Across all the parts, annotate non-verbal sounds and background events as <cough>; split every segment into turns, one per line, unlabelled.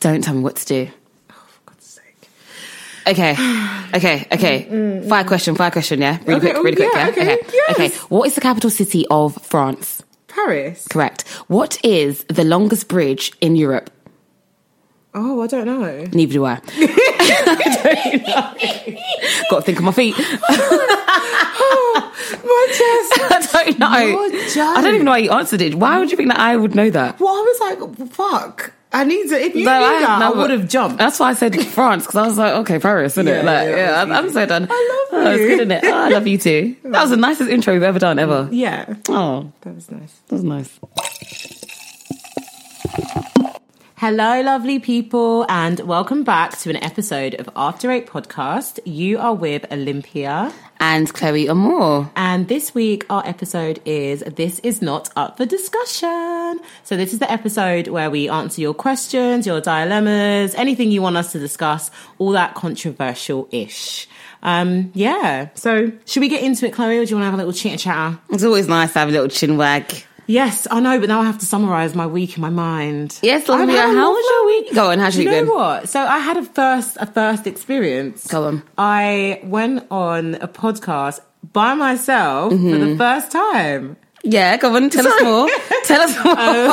Don't tell me what to do. Okay, okay, okay. Fire question, fire question, yeah? Really
Okay,
quick,
oh,
really quick,
yeah,
yeah?
okay, yes.
okay. What is the capital city of France?
Paris.
Correct. What is the longest bridge in Europe?
Oh, I don't <laughs> know.
Neither do I. <laughs> I don't know. <laughs> Got to think of my feet. <laughs>
My chest.
I don't know.
You're
I don't even know why you answered it. Why would you think that I would know that?
Well, I was like, fuck. I need to. If you
No,
knew
I-
that,
no,
I would have Uh, jumped.
That's why I said France because I was like, okay, Paris, isn't
Yeah,
it? Like,
yeah,
yeah,
that was
I'm, I'm so done.
I love
Oh, it's
you.
good, isn't it? Oh, I love you too. That was the nicest intro we've ever done ever.
Yeah,
Oh,
that was nice.
that was nice.
Hello, lovely people, and welcome back to an episode of After Eight Podcast. You are with Olympia,
And Chloe Amore.
and this week our episode is This Is Not Up for Discussion. So, this is the episode where we answer your questions, your dilemmas, anything you want us to discuss, all that controversial ish. Um, yeah, so should we get into it, Chloe, or do you want to have a little chit chatter?
It's always nice to have a little chin wag.
Yes, I know, but now I have to summarize my week in my mind.
Yes,
I've
Olivia,
had a
how was your
lovely-
week? Go on, how's your
you
week
know
been?
what? So I had a first a first experience.
Go on.
I went on a podcast by myself for the first time.
Yeah, go on, tell us more. <laughs> Tell
<laughs> Oh,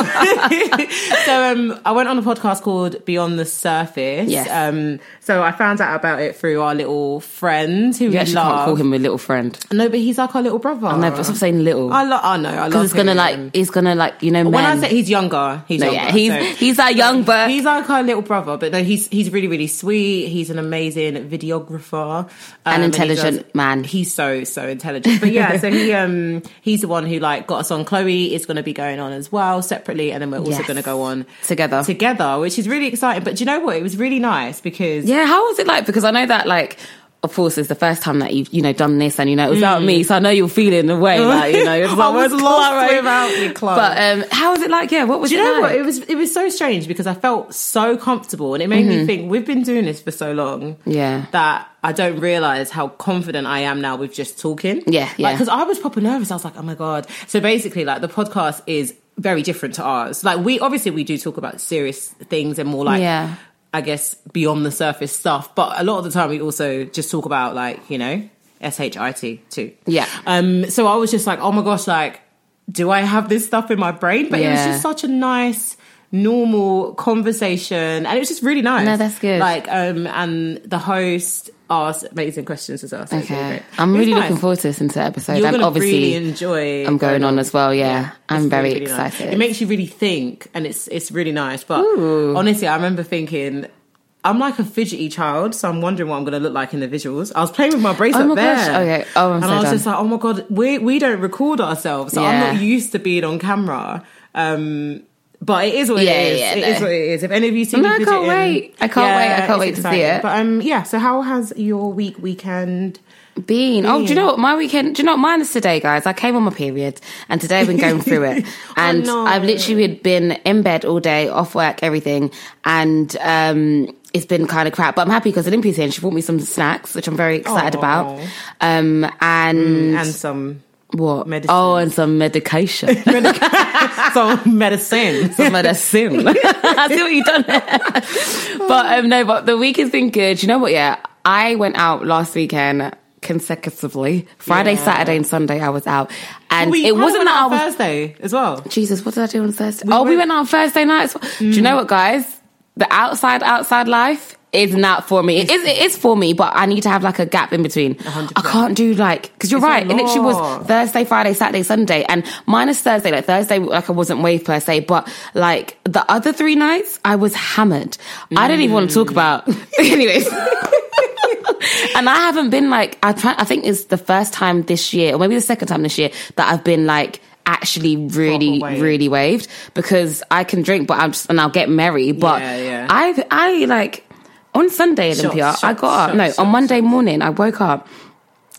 us more.
so um, I went on a podcast called Beyond the Surface.
Yes.
Um, so I found out about it through our little friend who
you
we
actually can't call
love.
him a little friend.
No, but he's like our little brother.
No, but stop saying little.
I lo- I know. I love.
Because it's gonna
him.
like, it's gonna like, you know, men.
when I say he's younger, he's
no,
younger.
yeah, he's
so-
he's our young but
He's like our little brother, but no, he's he's really really sweet. He's an amazing videographer, um, and he
intelligent man.
He's so so intelligent. But yeah, so he um he's the one who like got us on. Chloe is going to be going on as well separately, and then we're also
Yes.
going to go on
together.
together, which is really exciting. But do you know what? It was really nice because
Yeah, how was it like? Because I know that like. Of course, it's the first time that you've you know done this, and you know it was without me, so I know you're feeling the way, like
<laughs>
you know. It's
I
like,
was
what's
lost
Clara?
without you, Chloe.
But um, how was it like? Yeah, what was
Do you
it
know
like?
what? It was it was so strange because I felt so comfortable, and it made me think we've been doing this for so long.
Yeah.
that I don't realize how confident I am now with just talking.
Yeah, yeah.
Because I was proper nervous. I was like, oh my god. So basically, like the podcast is very different to ours. Like we obviously we do talk about serious things and more like.
Yeah.
I guess beyond the surface stuff, but a lot of the time we also just talk about like you know S H I T too.
Yeah.
Um. So I was just like, oh my gosh, like, do I have this stuff in my brain? But it was
Yeah.
just such a nice, normal conversation, and it was just really nice.
No, that's good.
Like, um, and the host asked amazing questions as well. So it's really
okay,
great.
I'm
It was
really
nice.
looking forward to this into episode.
You're
and
gonna
obviously,
really enjoy.
I'm going on as well. Yeah, I'm
It's
very
really, really nice.
excited.
It makes you really think, and it's it's really nice. But honestly, I remember thinking. I'm like a fidgety child, so I'm wondering what I'm going to look like in the visuals. I was playing with my bracelet
Oh my
there,
gosh, okay. Oh, I'm
and
so
I was
done.
just like, "Oh my god, we we don't record ourselves, so
Yeah.
I'm not used to being on camera." Um, but it is what
Yeah,
it is.
yeah,
It is
no.
what it is. If any of you see,
No,
me
I can't
fidgeting,
wait. I can't wait. I can't
it's
wait to see
exciting.
it.
But um, yeah. So how has your week weekend?
Bean. Oh, do you know what my weekend? Do you know what mine is today, guys? I came on my period, and today I've been going through
<laughs>
it, and
Oh, no.
I've literally had been in bed all day, off work, everything, and um, it's been kind of crap. But I'm happy because Olympia's here, and she bought me some snacks, which I'm very excited
Aw.
about. Um, and
and some
what?
medicine.
Oh, and some medication.
some <laughs> medicine.
some
<laughs>
<laughs> medicine. I see what you've done there. er. But um, no, but the week has been good. You know what? Yeah, I went out last weekend consecutively. Friday,
Yeah.
Saturday, and Sunday, I was out, and
We
it
kinda
wasn't
went
that I
out
was.
Thursday as well.
Jesus, what did I do on Thursday? oh, we
went- Mm.
went out on Thursday nights. Do you know what, guys? The outside, outside life is not for me. It is, it is for me, but I need to have like a gap in between.
100%.
I can't do like because you're
It's a
right. It literally
lot.
was Thursday, Friday, Saturday, Sunday, and minus Thursday. Like Thursday, like I wasn't wave per se, but like the other three nights, I was hammered. I don't even want
Mm.
to talk about. <laughs> Anyways. And I haven't been like I try, I think it's the first time this year, or maybe the second time this year, that I've been like actually really,
Proper waved.
really waved because I can drink, but I'm just and I'll get merry. But
Yeah, yeah.
I, I like on Sunday Olympia,
shots,
I got up.
shots,
No,
shots,
on Monday morning, I woke up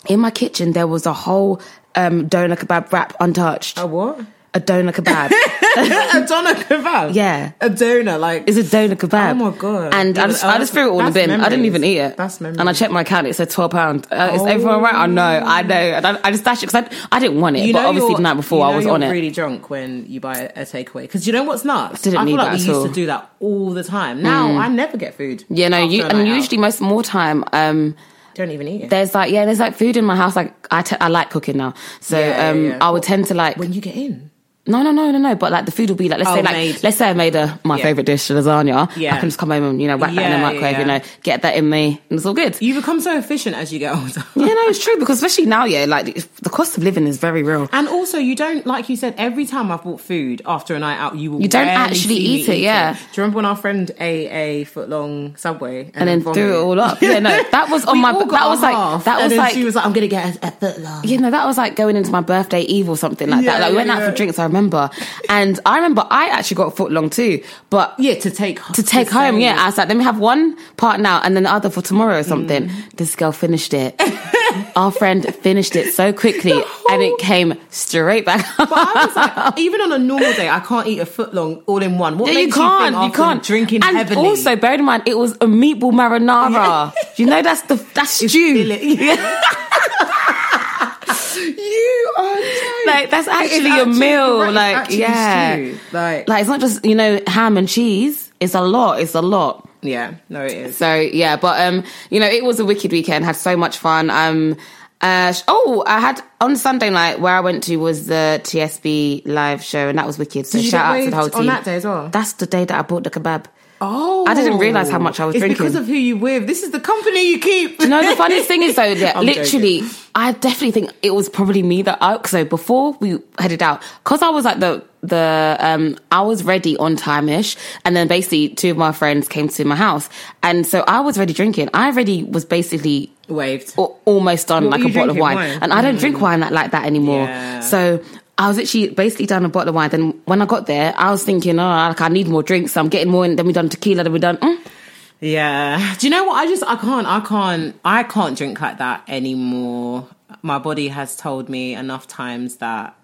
Oh.
in my kitchen. There was a whole um, donut kebab wrap untouched. <laughs>
A what?
a doner
<laughs>
kebab.
a doner kebab.
Yeah.
a doner like
It's a doner kebab.
Oh my God.
And I
Yeah,
just,
oh,
I just threw it all in the
that's
bin. I didn't
memories.
even eat it.
That's memories. Oh.
And I checked my account. It said twelve pound. Uh, Is everyone right? I know. I know. And I, I just dashed it because I, I didn't want it.
You
but
know
obviously
you're-
the night before
you
I
know
was
you're
on it.
Really drunk when you buy a takeaway because you know what's nuts.
Didn't
I feel
need
like
that
we
at
used
all. Mm.
to do that all the time. Now I never get food.
yeah, no.
after
You,
a
and
night out.
usually most more time. Um,
don't even eat it.
there's like yeah, there's like food in my house. Like I, t- I like cooking now, so
Yeah, yeah,
um,
yeah.
I would tend to like
when you get in,
No, no, no, no, no. But like the food will be like, let's
Oh,
say like,
made.
let's say I made a my
Yeah.
favorite dish, lasagna.
Yeah.
I can just come home and you know whack that in the
Yeah, yeah,
microwave,
yeah.
you know, get that in me, and it's all good.
you become so efficient as you
<laughs>
get older.
yeah, no, it's true because especially now, yeah, like it's- the cost of living is very real.
And also, you don't like you said. Every time I've bought food after a night out, you will
You don't
rarely
actually
see me
eat it,
eating.
yeah.
Do you remember when our friend ate a foot long subway
And then threw it
vomited?
all up. Yeah, no, that was on
<laughs> We
my.
all got
That
a
was like
half,
that
and
was
then
like
she was like, I'm gonna get a, a foot long.
you know, that was like going into my birthday eve or something like
Yeah,
that. Like we went
yeah,
out
yeah.
for drinks, I remember, and I remember I actually got a foot long too, but
Yeah, to take
to take home. Yeah, I was like, let me have one part now and then the other for tomorrow or something.
Mm.
This girl finished
<laughs>
it. Our friend finished it so quickly
whole-
and it came straight back.
But I was like, <laughs> even on a normal day, I can't eat a foot long all in one. What
Yeah,
makes
you can't,
You,
you,
think after
can't.
drinking
and
heavily.
also, bear in mind, it was a meatball marinara. you know, that's the that's
feel <laughs>
stew.
it. you are joking.
Like that's
It's
actually a
actually-
meal.
right, it's
like
actually
yeah,
stew. Like,
like it's not just you know ham and cheese. It's a lot. It's a lot.
yeah, no, it is.
So yeah, but um, you know, it was a wicked weekend. Had so much fun. Um, uh, sh- oh, I had on Sunday night where I went to was the TSB live show, and that was wicked. So
Did you
shout
get
out to the whole
waved
team
on that day as well?
That's the day that I bought the kebab.
Oh,
I didn't realise how much I was
it's
drinking.
because of who you with. This is the company you keep.
You
<laughs>
know, the funniest thing is though, that
I'm
literally, I definitely think it was probably me that I, so before we headed out, cause I was like the, the, um, I was ready on time ish. And then basically two of my friends came to my house. And so I was already drinking. I already was basically
waved.
al- almost done
What
like
were
a
you
bottle of
drinking?
wine.
Wine? Mm.
And I don't drink wine like, like that anymore.
Yeah.
So I was actually basically done a bottle of wine. Then when I got there, I was thinking, oh, like I need more drinks. So I'm getting more. And then we done tequila. Then we done. Mm.
Yeah. <sighs> Do you know what? I just I can't I can't I can't drink like that anymore. My body has told me enough times that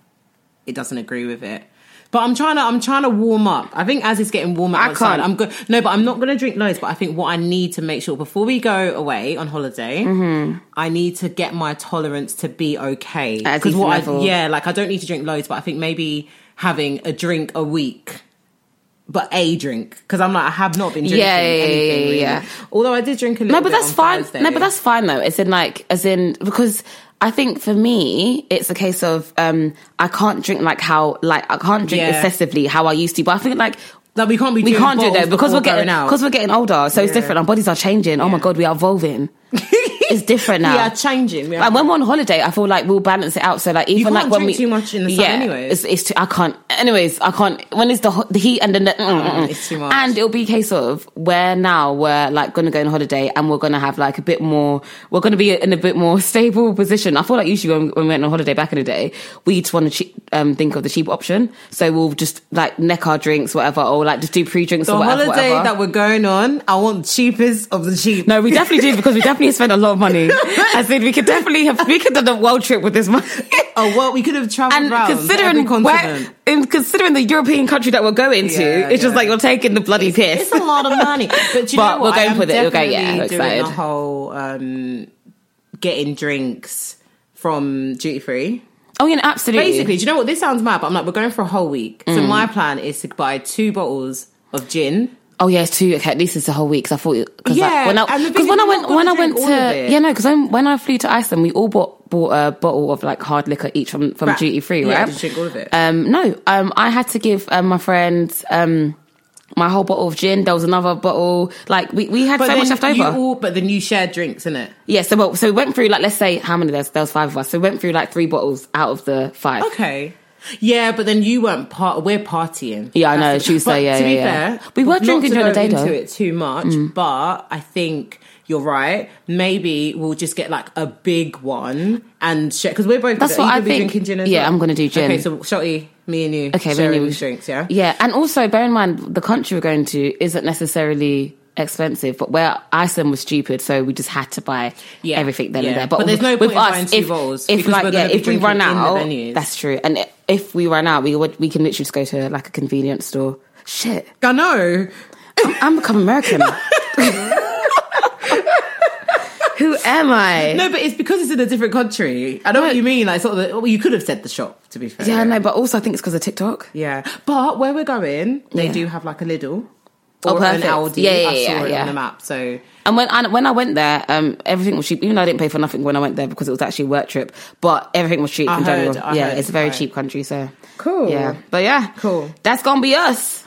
it doesn't agree with it. But I'm trying to I'm trying to warm up. I think as it's getting warmer
I
outside,
can't.
I'm good. No, but I'm not going to drink loads. But I think what I need to make sure before we go away on holiday,
Mm-hmm.
I need to get my tolerance to be okay.
At a
Because
decent
what
level.
I yeah, like I don't need to drink loads, but I think maybe having a drink a week but a drink because I'm like I have not been drinking
Yeah, yeah, yeah,
anything.
yeah,
really.
yeah.
Although I did drink a little.
No, but
bit
that's
on
fine.
Thursday.
No, but that's fine though. It's in like, as in, because I think for me, it's a case of, um, I can't drink like how, like, I can't drink
Yeah.
excessively how I used to, but I think like,
Like, we can't be.
we
doing
can't do
bottles
that because
before
we're getting
going out. <laughs>
because we're getting older, so it's
Yeah.
different. Our bodies are changing. Oh my god, we are evolving. it's different now.
we are changing. We are
And when we're on holiday, I feel like we'll balance it out. So like even
can't
like when
drink
we
too much in the sun
yeah,
anyways.
it's, it's too, I can't. Anyways, I can't. When it's the ho- the heat and then the, mm, mm, mm.
it's too much.
And it'll be a case of where now we're like going to go on holiday and we're going to have like a bit more. We're going to be in a bit more <laughs> stable position. I feel like usually when, when we went on holiday back in the day, we would want to che- um, think of the cheap option. So we'll just like neck our drinks, whatever, or like just do pre drinks
the
or whatever.
holiday
whatever.
that we're going on. I want cheapest of the cheap.
no, we definitely do because we definitely spent a lot of money. I think we could definitely have we could have done a world trip with this money.
Oh well, we could have traveled
and
around every
considering
continent.
where, and considering the European country that we're going to,
Yeah,
it's just
yeah.
like you're taking the bloody piss.
It's a lot of
<laughs>
money. But do you
But
know what?
we're going
I am
with it. We're going- yeah,
definitely
we're
doing
excited.
the whole um, getting drinks from duty free.
oh, yeah, absolutely.
Basically, do you know what? This sounds mad, but I'm like, we're going for a whole week.
Mm.
So my plan is to buy two bottles of gin.
Oh yeah, it's two. Okay, at least it's a whole week. 'cause I thought it- cause
Yeah,
I, when I
and the thing
because
is
when I
you're
went
not
when I
gonna
went
drink all of
to
it.
yeah no because when I flew to Iceland we all bought bought a bottle of like hard liquor each from from
Right.
duty free
Yeah,
right.
just drink all of it.
Um, no, um, I had to give um, my friends um my whole bottle of gin. There was another bottle. Like we we had so much left over.
you all, but then you share drinks, innit?
Yeah, so well, so we went through like let's say how many there's there was five of us. So we went through like three bottles out of the five.
Okay. Yeah, but then you weren't part. We're partying.
Yeah, I know,
That's the-
Tuesday,
but
yeah,
to be
yeah, yeah.
fair,
We were
not
drinking
to
during the
go
day, though. Mm.
Into it too much, but I think you're right. Maybe we'll just get like a big one and share because we're both.
That's
you
what I
could be
think.
Drinking gin as
Yeah,
well.
I'm gonna do gin.
Okay, so Shotty, me and you.
Okay,
sharing
me and you.
these drinks. Yeah.
Yeah, and also bear in mind the country we're going to isn't necessarily expensive, but where Iceland was stupid, so we just had to buy
Yeah,
everything then
yeah.
and there.
But there's no
with
point in
us,
buying two
if,
bottles
if
because
like
we're
yeah,
gonna be
if we
drinking
run
in the
out,
venues.
that's true, and it, if we ran out, we would we can literally just go to like a convenience store. Shit,
I know.
I'm, I'm becoming
<laughs>
American. <laughs> Who am I?
No, but it's because it's in a different country. I know what you mean. Like sort of, the, well, you could have said the shop to be fair.
Yeah, no, but also I think it's because of TikTok.
Yeah, but where we're going, they
Yeah.
do have like a Lidl
Oh,
or an
perfect.
Aldi.
Yeah, yeah,
I saw
yeah,
it
yeah.
on the map. So
And when I, when I went there, um, everything was cheap. Even though I didn't pay for nothing when I went there because it was actually a work trip, but everything was cheap
I
in
heard,
general.
I
yeah,
heard,
it's a very
right.
cheap country, so
Cool.
Yeah, but yeah,
Cool.
That's gonna be us.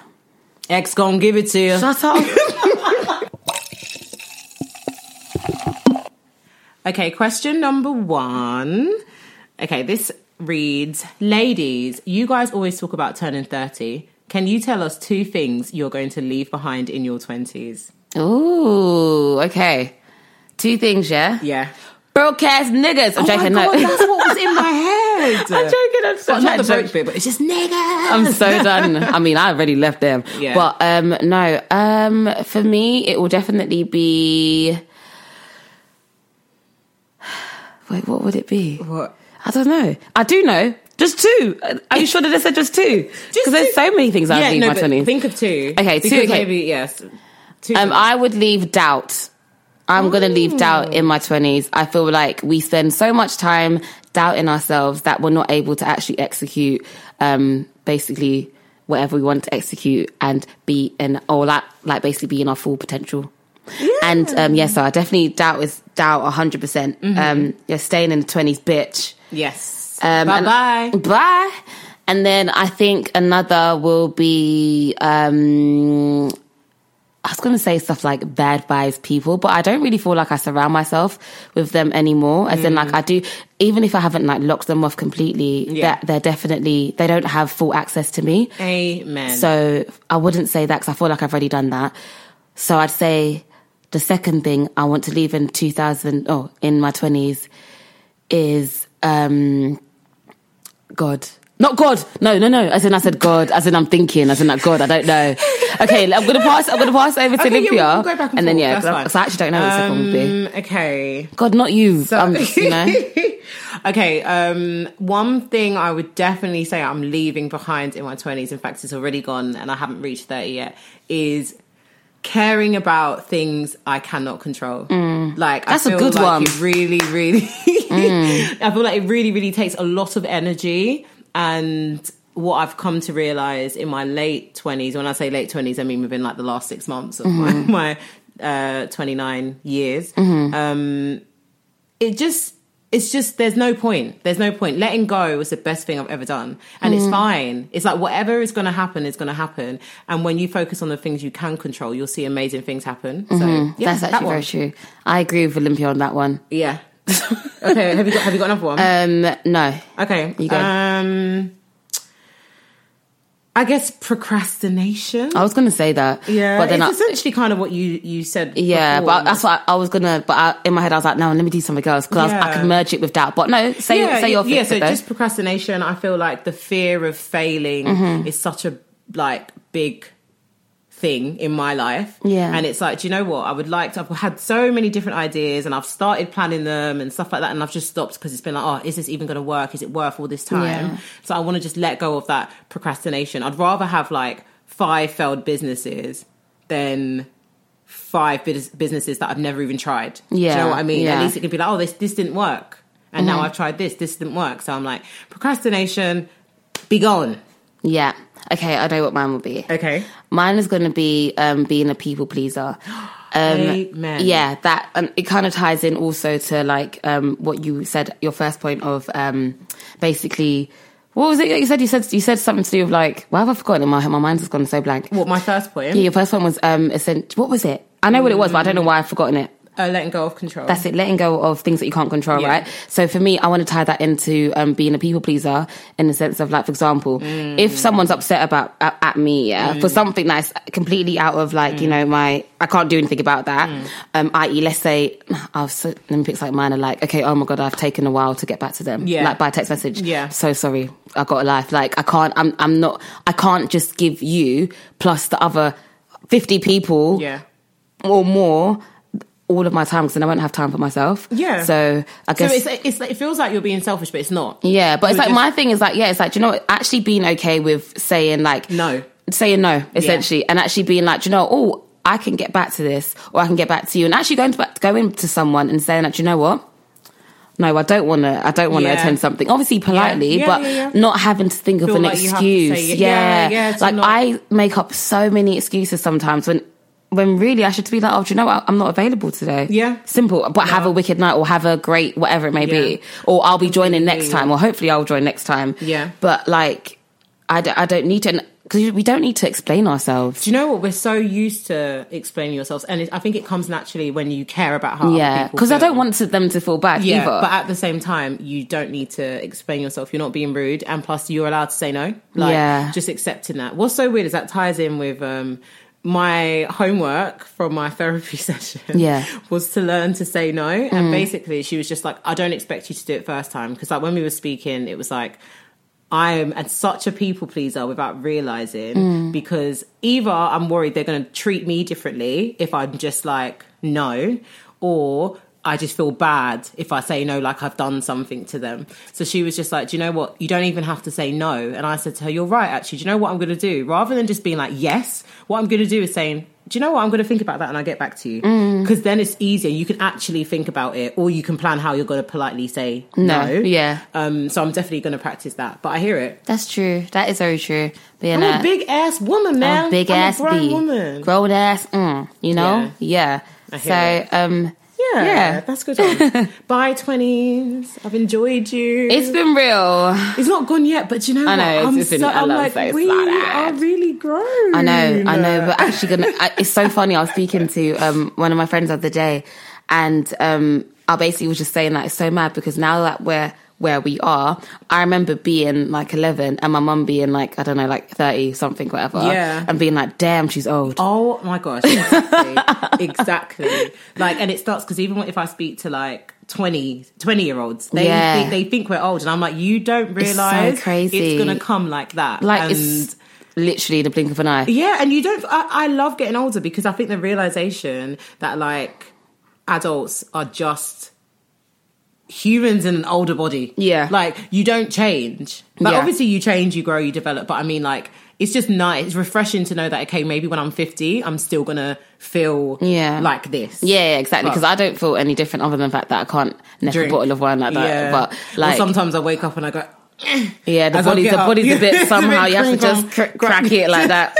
X gonna give it to you.
Shut up.
Okay, question number one. Okay, this reads Ladies, you guys always talk about turning 30. Can you tell us two things you're going to leave behind in your 20s?
<laughs> Ooh, okay. Two things, yeah.
Yeah.
Broke ass niggas. I'm
Oh my
joking. <laughs>
God,
no.
that's what was <laughs> in my head.
I'm joking. I'm so
Well, not the
I'm joking.
broke bit, but it's just niggas.
I'm so done. I mean, I already left them.
Yeah.
But um no, um for me it will definitely be Wait, what would it be?
What?
I don't know. I do know. Just two. Are you sure that I said just two?
Just
Because there's
two.
so many things I
yeah,
would leave
no,
my
but
20s.
think of two.
Okay, two,
because
okay.
Maybe, yes. Two.
Um, I would leave doubt. I'm gonna leave doubt in my 20s. I feel like we spend so much time doubting ourselves that we're not able to actually execute, um, basically whatever we want to execute and be in, or like, like basically be in our full potential. And, um, yeah, so I definitely doubt is doubt 100%. percent Um, yeah, staying in the 20s, bitch.
yes.
Um,
bye
and-
bye.
Bye. And then I think another will be. Um, I was going to say stuff like bad vibes people, but I don't really feel like I surround myself with them anymore. As in, like, I do, even if I haven't like locked them off completely,
Yeah.
that they're definitely, they don't have full access to me.
Amen.
So I wouldn't say that because I feel like I've already done that. So I'd say the second thing I want to leave in 2000, oh, in my 20s is um, God. Not God. No, no, no. As in, I said God. As in, I'm thinking. As in, like God. I don't know. Okay, I'm gonna pass. I'm gonna pass over to
Okay, yeah,
Olympia,
we can go back and
then
forth,
yeah,
that's
'cause I-
fine.
'cause I actually don't know what the second one would be.
Um, okay.
God, not you. <laughs> um, you
<laughs>
know.
okay, um, one thing I would definitely say I'm leaving behind in my 20s, in fact, it's already gone and I haven't reached 30 yet, is caring about things I cannot control. Like,
Mm. That's
I
a
feel
good
like
one. Mm.
It really, really, <laughs> I feel like it really, really takes a lot of energy. And what I've come to realize in my late 20s, when I say late 20s, I mean within like the last six months of
Mm-hmm.
my, my uh, 29 years. Um, it just it's just there's no point there's no point letting go was the best thing i've ever done and
Mm.
it's fine it's like whatever is going to happen is going to happen and when you focus on the things you can control you'll see amazing things happen so yeah,
Mm-hmm. That's
that
actually
one.
very true. I agree with Olympia on that one.
yeah <laughs> okay have you got have you got another one
Um, no,
okay
you go.
um i guess procrastination
I was gonna say that.
yeah
Oh, but then
it's
I,
essentially kind of what you you said
Yeah,
before.
but that's what I, I was gonna. But I, in my head, I was like, no, let me do something else because I,
Yeah.
could merge it with doubt. But no, say say your
yeah.
fix
So
it, though.
just procrastination. I feel like the fear of failing
Mm-hmm.
is such a like big thing in my life.
Yeah.
and it's like, do you know what? I would like to. I've had so many different ideas, and I've started planning them and stuff like that, and I've just stopped because it's been like, oh, is this even going to work? Is it worth all this time?
Yeah.
So I want to just let go of that procrastination. I'd rather have like five failed businesses than five bus- businesses that I've never even tried. Do you
Yeah,
know what I mean? At
yeah. Mm-hmm.
least it could be like, oh, this this didn't work, and now I've tried this, this didn't work. So I'm like, procrastination, be gone.
yeah. Okay, I know what mine will be.
Okay.
Mine is gonna be um, being a people pleaser.
Um, Amen.
Yeah, that um, it kind of ties in also to like um, what you said, your first point of um, basically. What was it that you said? You said you said something to do with like. Why have I forgotten? My my mind's just gone so blank.
What my first point?
Yeah, your first one was um. Essential, what was it? I know what it was, but I don't know
Mm.
why I've forgotten it.
Uh, letting go of control.
That's it, letting go of things that you can't control,
Yeah.
right? So for me, I want to tie that into um, being a people pleaser in the sense of, like, for example,
Mm.
if someone's upset about at, at me, yeah, for something that's completely out of, like,
Mm.
you know, my I can't do anything about that. Um, i.e., let's say <sighs> I'll so, Olympics like mine are like, okay, oh my god, I've taken a while to get back to them,
Yeah.
like by text message,
Yeah.
So sorry, I got a life. Like I can't, I'm, I'm not, I can't just give you plus the other fifty people
yeah.
or more all of my time because then I won't have time for myself.
Yeah.
So I
So
guess
it's, it's like, it feels like you're being selfish, but it's not.
yeah, but it's
You're
like my thing is like yeah, it's like do you know what? actually being okay with saying like
No.
saying no essentially, and actually being like do you know oh I can get back to this or I can get back to you, and actually going to back, going to someone and saying that do you know what. No, I don't want to. I don't want to
Yeah.
attend something. Obviously, politely,
Yeah,
but
yeah, yeah.
not having to think of
Feel
an
like you have to say
excuse.
it.
yeah,
Yeah, yeah, to
like
not-
I make up so many excuses sometimes when, when really I should be like, oh, do you know what? I'm not available today.
Yeah.
simple. But have a wicked night or have a great whatever it may
Yeah.
be, or I'll be joining next
yeah.
time, or hopefully I'll join next time.
Yeah.
But like, I d- I don't need to, because we don't need to explain ourselves.
Do you know what? We're so used to explaining yourselves, and it, I think it comes naturally when you care about how. other
Yeah.
people
Because I
feel.
don't want to, them to fall back
Yeah,
either.
but at the same time, you don't need to explain yourself. You're not being rude, and plus, you're allowed to say no. Like,
Yeah.
just accepting that. What's so weird is that ties in with um, my homework from my <laughs> therapy session.
Yeah. Mm.
was to learn to say no, and basically, she was just like, "I don't expect you to do it first time," because like when we were speaking, it was like. I am at such a people pleaser without realizing
Mm.
because either I'm worried they're going to treat me differently if I'm just like no, or I just feel bad if I say no, like I've done something to them. So she was just like, Do you know what? You don't even have to say no. And I said to her, You're right, actually. Do you know what I'm going to do? Rather than just being like, Yes, what I'm going to do is saying, do you know what? I'm going to think about that and I'll get back to you.
Mm.
Because then it's easier. You can actually think about it or you can plan how you're going to politely say no.
No, yeah.
Um, so I'm definitely going to practice that. But I hear it.
That's true. That is very true. But yeah,
I'm
nah.
a big ass woman,
I'm
man.
a big
I'm
ass
a grown
bee.
woman.
Grown ass, mm, you know? Yeah.
I hear
So, um,
yeah,
Yeah.
that's good.
<laughs>
one. Bye, twenties. I've enjoyed you.
it's been real.
It's not gone yet, but you know,
I know,
what?
it's-
I'm
it's in-
so,
I
I'm
love
like,
that, it's
we
not
are
bad.
really grown.
I know, I know, but actually, gonna I, it's so funny. I was speaking to um, one of my friends the other day, and um, I basically was just saying that it's so mad because now that we're where we are, I remember being like 11 and my mum being like, I don't know, like 30 something, whatever,
Yeah.
and being like, damn, she's old.
Oh my gosh,
<laughs>
exactly. exactly. Like, and it starts because even if I speak to like 20, 20 year olds, they,
Yeah.
think they, think we're old. And I'm like, you don't
so
realize it's,
crazy.
going to come like that.
Like,
and,
it's literally the blink of an eye.
yeah, and you don't. I, I love getting older because I think the realization that like adults are just humans in an older body.
Yeah.
like you don't change. Like
Yeah.
obviously you change, you grow, you develop. But I mean, like it's just nice. It's refreshing to know that okay, maybe when I'm fifty, I'm still gonna feel
Yeah.
like this.
Yeah, yeah, exactly. Because
But-
I don't feel any different other than the fact that I can't neck
Drink.
a bottle of wine like that.
Yeah.
But
Or
like,
sometimes I wake up and I go. <laughs>
Yeah, the
As I
body's
get
the
up.
body's
<laughs>
a
It's a
bit
bit
somehow. You have to
crinkle.
just cr- crack it like that.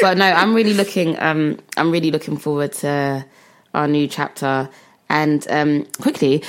but no, I'm really looking. Um, I'm really looking forward to our new chapter. And um, quickly,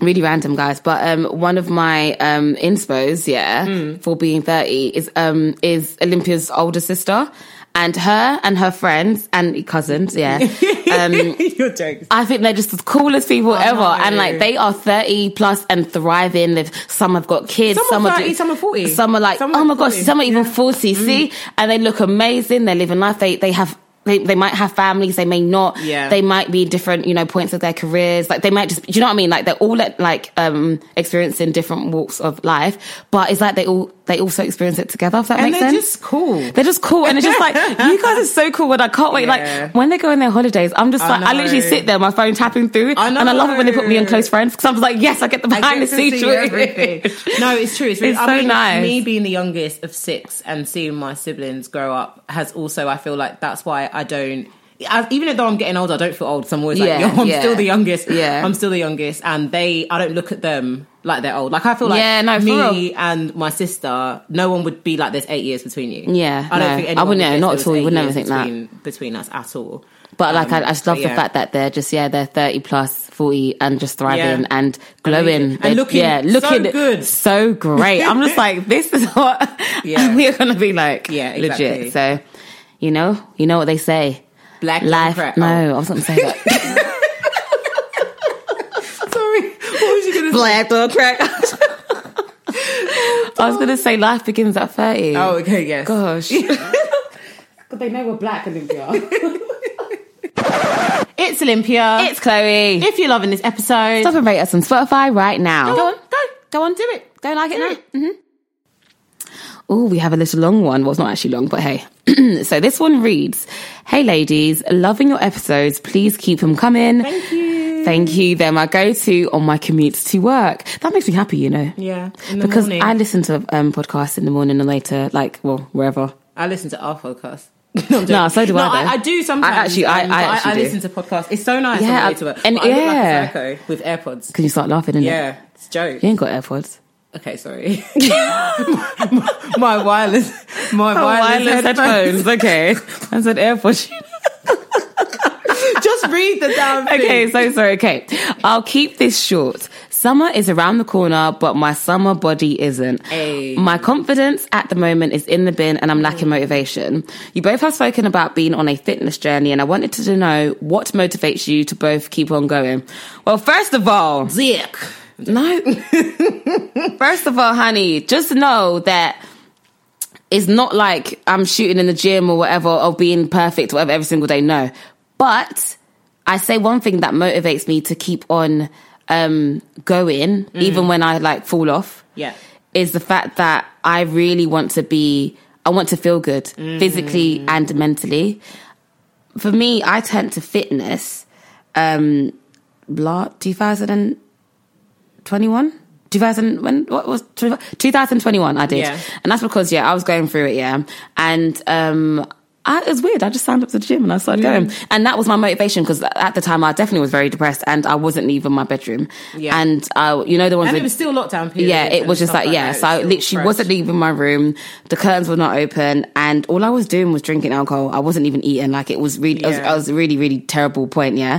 really random guys, but um, one of my um inspos, yeah,
Hmm.
for being thirty is um is Olympia's older sister, and her and her friends and cousins, yeah.
<laughs>
Um,
Your jokes.
I think they're just the coolest people ever,
know.
and like they are thirty plus and thriving. They've some have got kids,
Some are
some,
30,
do-
some are 40.
some are like
Some are
oh my gosh,
40.
some are even forty.
Mm.
See, and they look amazing. They're living life. They they have. They, they might have families, they may not.
Yeah.
They might be in different, you know, points of their careers. Like they might just, do you know what I mean? Like they're all at, like um experiencing different walks of life, but it's like they all they also experience it together. If that
And
makes
they're
sense,
just cool.
they're just cool, and it's just
<laughs>
like you guys are so cool, and I can't wait.
Yeah.
Like when they go on their holidays, I'm just
I
like I literally
know.
sit there, my phone tapping through,
I know.
and I love it when they put me in close friends because I'm just like, yes, I get the
I
behind the
get to see
scenes treatment.
everything. No, it's true. It's, really,
It's
I
so
mean,
nice.
Me being the youngest of six and seeing my siblings grow up has also, I feel like that's why I don't. I, even though I'm getting older, I don't feel old. So I'm always
Yeah,
like, yo, I'm
yeah.
still the youngest.
Yeah.
I'm still the youngest, and they, I don't look at them like they're old. Like I feel like
Yeah, no, for
me
real.
and my sister, no one would be like there's eight years between you.
Yeah,
I don't
no.
think
I wouldn't-
anyone would
no,
guess
not
there
at
was
all. You
eight
would never
years
think that.
between, between us at all.
<laughs> But like, I, I just love
but
the
Um, yeah.
fact that they're just yeah, they're 30 plus, 40, and just thriving
Yeah.
and glowing
Amazing. And
They're-
looking
yeah,
so
looking
good.
so great. I'm
<laughs>
just like, this is what <laughs>
Yeah.
we're gonna be like,
Yeah, exactly.
legit. So, you know, you know what they say,
Black
life.
don't crack.
No, I was gonna say that. <laughs>
Oh, <laughs> sorry. What was you gonna say?
black or crack. I was gonna say life begins at thirty.
Oh, okay, yes.
gosh. But they know we're black, Olympia.
It's Olympia.
it's Chloe.
If you're loving this episode,
Stop and rate us on Spotify right now.
go on, do it.
Don't like it
Do
now.
it.
Mm-hmm. Oh, we have a little long one. Well, it's not actually long, but hey. <clears throat> so this one reads Hey, ladies, loving your episodes. Please keep them coming.
Thank you.
Thank you. They're my go to on my commutes to work. That makes me happy, you know.
Yeah, in the
Because
morning.
I listen to um, podcasts in the morning and later, like, well, wherever.
I listen to our <laughs> podcast. No, I'm
No,
joking.
so do
no,
I, though.
I, do sometimes.
actually- I-
um,
I
but
actually
I,
do.
listen to podcasts. It's so nice.
Yeah,
on the way to work.
and
But I look
yeah.
like a psycho with AirPods.
Because you start laughing, and
Yeah, it's a joke.
You ain't got AirPods.
Okay, sorry. <laughs> my wireless, my wireless, Oh, headphones.
Okay. I said AirPods.
<laughs> Just read the
<laughs>
damn thing.
Okay, so sorry. Okay, I'll keep this short. Summer is around the corner, but my summer body isn't.
Hey.
My confidence at the moment is in the bin and I'm lacking motivation. You both have spoken about being on a fitness journey, and I wanted to know what motivates you to both keep on going. Well, first of all,
Dick.
no. <laughs> First of all, honey, just know that it's not like I'm shooting in the gym or whatever, or being perfect, whatever, every single day. No. But I say one thing that motivates me to keep on um, going, even when I like fall off
Yeah.
is the fact that I really want to be, I want to feel good
Mm.
physically and mentally. For me, I turned to fitness um, la- 2021. 2000 when what was 2021 I did
Yeah.
and that's because yeah I was going through it yeah and um I, it was weird I just signed up to the gym and I started going
Mm.
and that was my motivation because at the time I definitely was very depressed and I wasn't leaving my bedroom
Yeah.
and I you know the ones
And
that-
it was still lockdown period.
yeah, it
and
was just
stuff
like, yeah.
that.
So I
It's still
literally
fresh.
wasn't leaving my room. The curtains were not open, and all I was doing was drinking alcohol. I wasn't even eating. Like it was really, it, was,
Yeah.
it was a really, really terrible point. Yeah,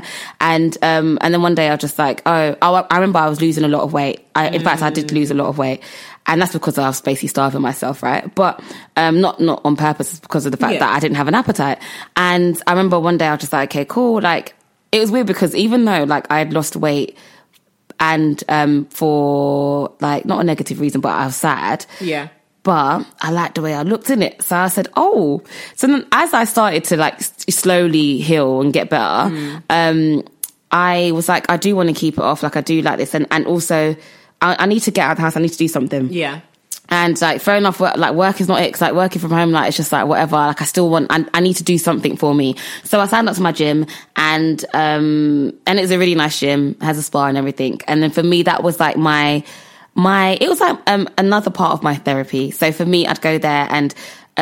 and um, and then one day I was just like, oh, I, I remember I was losing a lot of weight. I, in fact, I did lose a lot of weight. And that's because I was basically starving myself, right? But um, not not on purpose, it's because of the fact
Yeah.
that I didn't have an appetite. And I remember one day I was just like, okay, cool. Like it was weird because even though like I had lost weight and um for like not a negative reason but i was sad
Yeah.
but i liked the way i looked in it so i said oh so then as i started to like s- slowly heal and get better um i was like i do want to keep it off like i do like this and and also I, I need to get out of the house i need to do something
Yeah.
and like fair enough work, like work is not it 'cause, like working from home like it's just like whatever like i still want I, I need to do something for me so i signed up to my gym and um and it's a really nice gym has a spa and everything and then for me that was like my my it was like um another part of my therapy so for me i'd go there and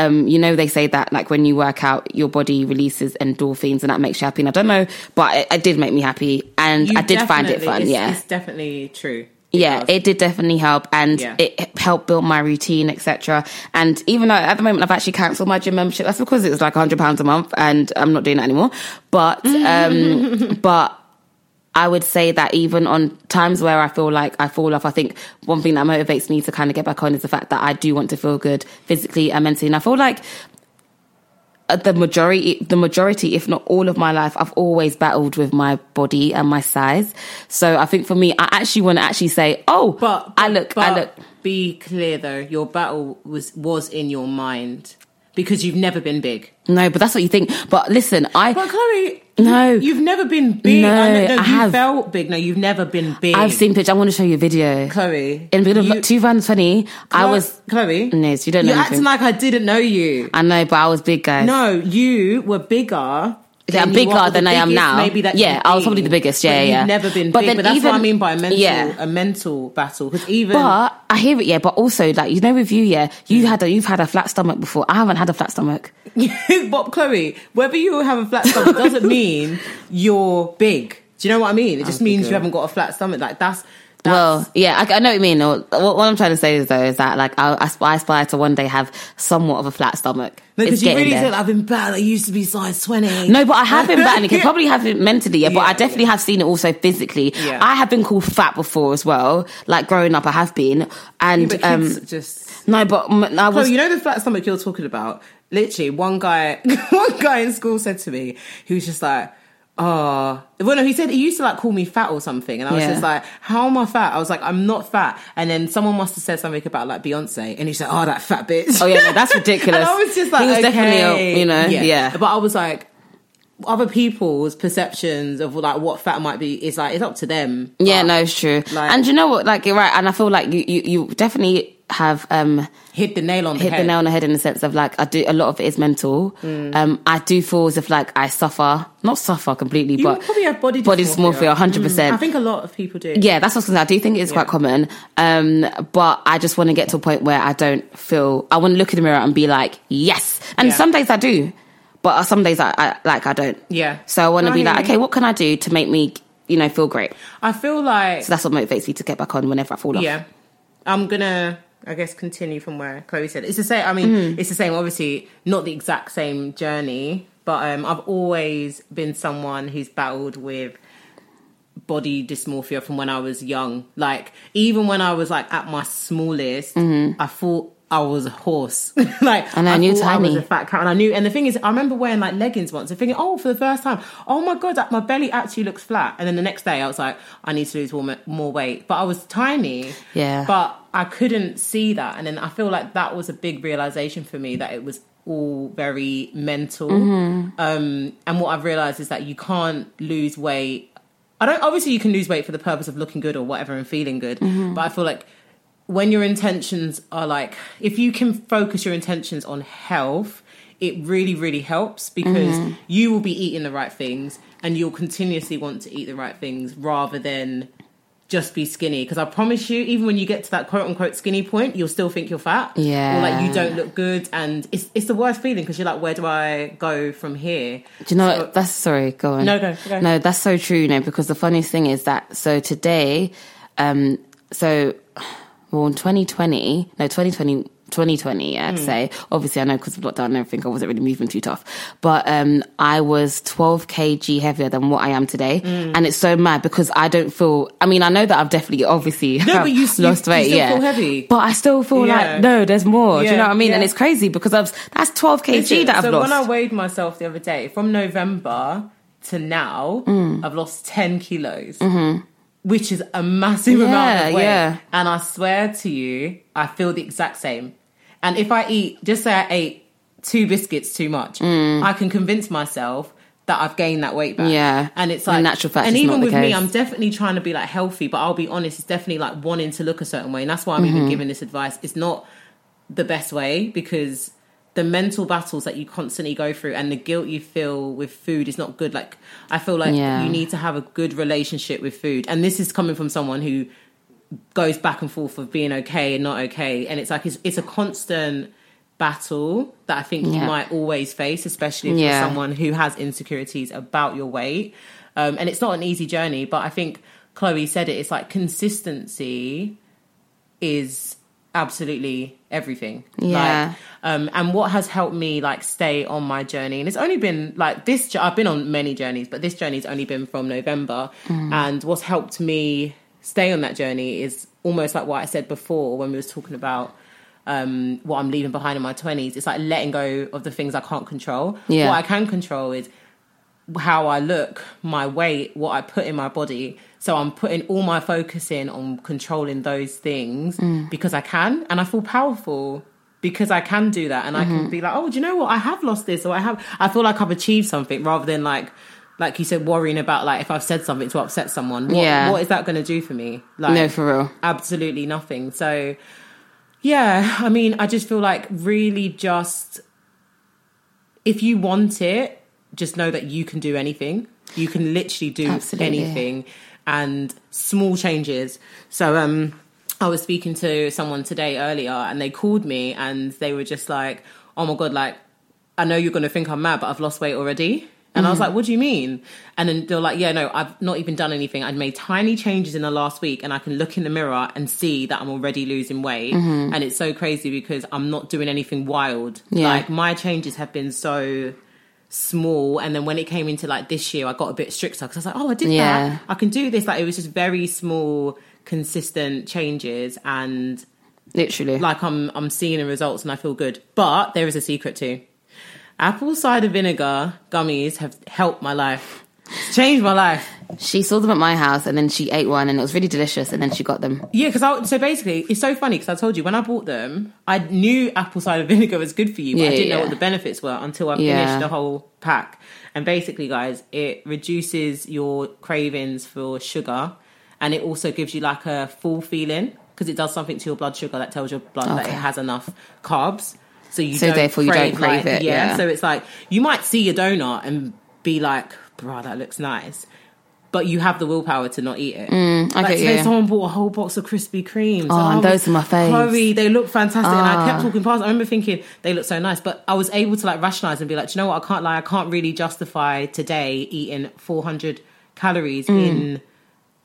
um, you know they say that like when you work out, your body releases endorphins, and that makes you happy. And I don't know, but it, it did make me happy, and
You
I did find it
definitely-
fun.
it's-
yeah,
It's definitely true.
yeah
does.
it did definitely help and
Yeah.
it helped build my routine etc and even though at the moment i've actually cancelled my gym membership that's because it was like 100 pounds a month and i'm not doing that anymore but um
<laughs>
but I would say that even on times where I feel like I fall off, I think one thing that motivates me to kind of get back on is the fact that I do want to feel good physically and mentally. And I feel like uh, the majority the majority if not all of my life i've always battled with my body and my size so i think for me i actually want to actually say oh
But,
i look
but
i look
Be clear though, your battle was was in your mind because you've never been big.
no but that's what you think but listen i
But Chloe,
No.
you, have never been big.
No,
I, know- no,
I
you
have.
felt big. No, you've never been big.
i've seen pictures i want to show you a video
Chloe
in the beginning
you-
of 2020 i
Chlo-
was
Chloe.
no you don't know
You're acting
anything.
like I didn't know you.
i know but i was big guys
No, you were bigger.
Yeah,
than you
bigger
are, or the
than I am
biggest
now.
Maybe that
Yeah,
you've
I was
been.
probably the biggest, yeah,
but
yeah.
You've never been
But
big,
then
but that's what I
even-
mean by mental,
yeah.
a mental battle. Because even
but I hear it, yeah. But also, like you know, with you, yeah,
Mm.
you had a, you've had a flat stomach before. I haven't had a flat stomach.
<laughs> Bob Chloe, whether you have a flat stomach doesn't mean you're big. Do you know what I mean? It just means you haven't got a flat stomach. Like that's, that's
Well, yeah, I, I know what you mean. What, what I'm trying to say is though is that like I, I, asp- I aspire to one day have somewhat of a flat stomach.
because
it's
you
getting
really
there.
said I've been bad. I used to be size twenty.
no, but I have been battling.
<laughs>
Could probably have it mentally, yeah, but
Yeah,
I definitely have seen it also physically.
Yeah.
I have been called fat before as well. Like growing up, I have been, and
But
um,
kids just
no, but m- I
Well,
was
you know the flat stomach you're talking about. Literally, one guy, <laughs> one guy in school said to me, he was just like, "Ah, well, no." He said he used to like call me fat or something, and I was
Yeah.
just like, "How am I fat?" I was like, "I'm not fat." And then someone must have said something about like Beyonce, and he said, "Oh, that fat bitch."
Oh, yeah, no, that's ridiculous.
<laughs> and I was just like,
He was definitely a-
"Okay."
you know, yeah.
But I was like. Other people's perceptions of like what fat might be is like it's up to them.
Yeah,
But-
no, it's true.
Like-
and you know what? Like, you're right. And I feel like you, you, you definitely have um,
Hit the nail on the
hit
head.
the nail on the head in the sense of like I do a lot of it is mental.
Mm.
Um, I do feel as if like I suffer, not suffer completely,
You
but
probably Mm. have body
body
dysmorphia.
dysmorphia, hundred
I
percent.
think a lot of people do.
Yeah, that's what I was gonna say. I do think it is quite common, um, but I just want to get to a point where I don't feel. I want to look in the mirror and be like, yes. And
Yeah.
some days I do, but uh, some days I, I like I don't.
Yeah.
So I want to
No, I
be
hear
like,
you.
okay, what can I do to make me, you know, feel great?
I feel like
So that's what motivates me to get back on whenever I fall off.
yeah i'm gonna i guess continue from where chloe said it's the same i mean
Mm.
it's the same obviously not the exact same journey but um i've always been someone who's battled with body dysmorphia from when i was young like even when i was like at my smallest i thought I was a horse, <laughs> like
And Mm-hmm. I knew
thought I was
tiny.
a fat cat, and I knew. And the thing is, I remember wearing like leggings once and thinking, oh, for the first time, oh my god, my belly actually looks flat. And then the next day, I was like, I need to lose more, more weight, but I was tiny.
Yeah.
But I couldn't see that. And then I feel like that was a big realization for me that it was all very mental. Um, and what I've realized is that you can't lose weight. I don't, obviously, you can lose weight for the purpose of looking good or whatever and feeling good. But I feel like when your intentions are like, if you can focus your intentions on health, it really, really helps because you will be eating the right things and you'll continuously want to eat the right things rather than just be skinny because I promise you, even when you get to that quote unquote skinny point, you'll still think you're fat.
Yeah.
Or like you don't look good. And it's, it's the worst feeling because you're like, where do I go from here?
Do you know
So-
what? That's sorry. Go on.
No, go, go.
No, that's so true. No, because the funniest thing is that so today, um, so well in 2020, no 2020, 2020, yeah, I'd
Hmm.
say. Obviously, I know because of lockdown and everything, I wasn't really moving too tough. But um, I was 12 kg heavier than what I am today,
Hmm.
and it's so mad because I don't feel. I mean, I know that I've definitely, obviously, <laughs>
No, but you- you-
lost
you
weight.
still
yeah,
feel heavy.
But I still feel
Yeah.
like no, there's more. Do
Yeah,
you know what I mean? And
yeah.
it's crazy because I've that's 12 kg that I've
so
lost.
when I weighed myself the other day, from November to now,
Mm.
I've lost 10 kilos, which is a massive amount
Mm-hmm. Yeah,
of weight.
yeah.
And I swear to you, I feel the exact same. And if I eat, just say I ate two biscuits too much,
Mm.
I can convince myself that I've gained that weight back.
Yeah.
And it's
In
like,
natural fact,
and
it's
even
not the
with me,
case.
I'm definitely trying to be like healthy, but I'll be honest, it's definitely like wanting to look a certain way. And that's why I'm
Mm-hmm.
even giving this advice. It's not the best way because the mental battles that you constantly go through and the guilt you feel with food is not good. Like I feel like
Yeah.
you need to have a good relationship with food. And this is coming from someone who goes back and forth of being okay and not okay. And it's like it's it's a constant battle that I think you
Yeah.
might always face, especially if
Yeah.
you're someone who has insecurities about your weight. Um, and it's not an easy journey, but I think Chloe said it. It's like consistency is absolutely everything.
Yeah.
Like, um, and what has helped me like stay on my journey, and it's only been like this. jo- I've been on many journeys, but this journey's only been from November.
Mm.
And what's helped me stay on that journey is almost like what I said before when we was talking about um, what I'm leaving behind in my twenties. It's like letting go of the things I can't control.
Yeah.
What I can control is how I look, my weight, what I put in my body. So I'm putting all my focus in on controlling those things
Mm.
because I can and I feel powerful because I can do that and I
Mm-hmm.
can be like, oh, do you know what? I have lost this or I have I feel like I've achieved something rather than like like you said, worrying about like if I've said something to upset someone. What,
Yeah.
what is that gonna do for me? Like
no, for real.
absolutely nothing. So, yeah, I mean, I just feel like really just if you want it, just know that you can do anything. You can literally do
Absolutely.
anything and small changes. So, um, I was speaking to someone today earlier and they called me and they were just like, oh my God, like, I know you're going to think I'm mad, but I've lost weight already. And I was like, what do you mean? And then they're like, yeah, no, I've not even done anything. I'd made tiny changes in the last week and I can look in the mirror and see that I'm already losing weight. And it's so crazy because I'm not doing anything wild.
Yeah.
Like my changes have been so small. And then when it came into like this year, I got a bit stricter because I was like, oh, I did
Yeah.
that. I can do this. Like it was just very small, consistent changes. And
Literally.
like I'm I'm seeing the results and I feel good. But there is a secret too. Apple cider vinegar gummies have helped my life. It's changed my life.
She saw them at my house and then she ate one and it was really delicious and then she got them.
Yeah, because I so basically it's so funny because I told you when I bought them, I knew apple cider <laughs> vinegar was good for you, but I
Yeah,
didn't know
yeah.
what the benefits were until I
Yeah.
finished the whole pack. And basically, guys, it reduces your cravings for sugar, and it also gives you like a full feeling. because it does something to your blood sugar that tells your blood that it has enough carbs. So you
So
don't
therefore you don't crave
like-
it, yeah.
So it's like you might see a donut and be like, "Bruh, that looks nice," but you have the willpower to not eat it. like
Mm, get
today,
you.
someone bought a whole box of Krispy Kremes. Oh,
and those are my faves.
Chloe, they look fantastic. And I kept
Ah.
walking past. I remember thinking they look so nice, but I was able to like rationalize and be like, "Do you know what? I can't lie. I can't really justify today eating 400 calories
Mm.
in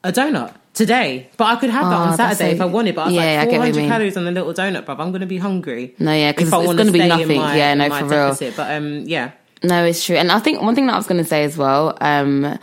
a donut today. But I could have that
Ah,
on
that's
Saturday
so-
if I wanted. But I was
Yeah, I
like,
get what you
400
mean.
calories on a little donut, bruv. I'm going to be hungry.
No, yeah, 'cause
if I
it's
wanna
gonna be
stay in
nothing.
my-
Yeah, no,
my
for real.
deficit. But um, yeah.
No, it's true. And I think one thing that I was going to say as well, um,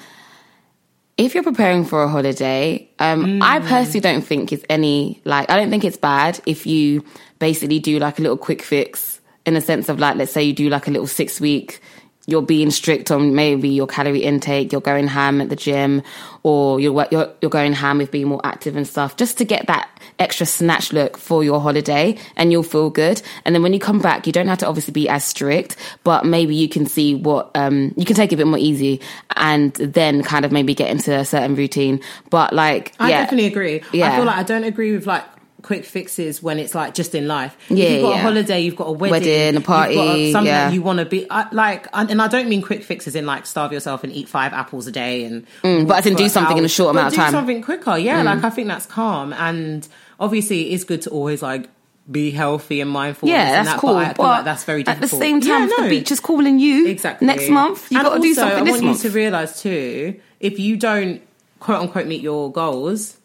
if you're preparing for a holiday, um, I
Mm.
personally don't think it's any, like, I don't think it's bad if you basically do like a little quick fix in the sense of like, let's say you do like a little six week, you're being strict on maybe your calorie intake, you're going ham at the gym, or you're, wo- you're, you're going ham with being more active and stuff, just to get that extra snatch look for your holiday and you'll feel good. And then when you come back, you don't have to obviously be as strict, but maybe you can see what, um, you can take it a bit more easy and then kind of maybe get into a certain routine. But like,
I
yeah.
definitely agree. I
Yeah.
feel like I don't agree with like quick fixes when it's like just in life.
Yeah,
if you've got a
yeah.
holiday, you've got a wedding,
Wedding, a
you've got
party,
something
yeah.
that you want to be I, like. And and I don't mean quick fixes in like starve yourself and eat five apples a day and.
Mm, but as in
for
do something in a
hours.
short
But
amount of
do
time. Mm.
something quicker. Yeah, like I think that's calm and obviously it's good to always like be healthy and mindful. and this
Yeah,
and
that's
that,
cool.
But I feel
But
like that's very difficult.
At the same time,
Yeah,
if
no.
the beach is calling you
Exactly.
next month. You
And
got to do
also,
something
I
this
want
month.
you to realize too, if you don't quote unquote meet your goals,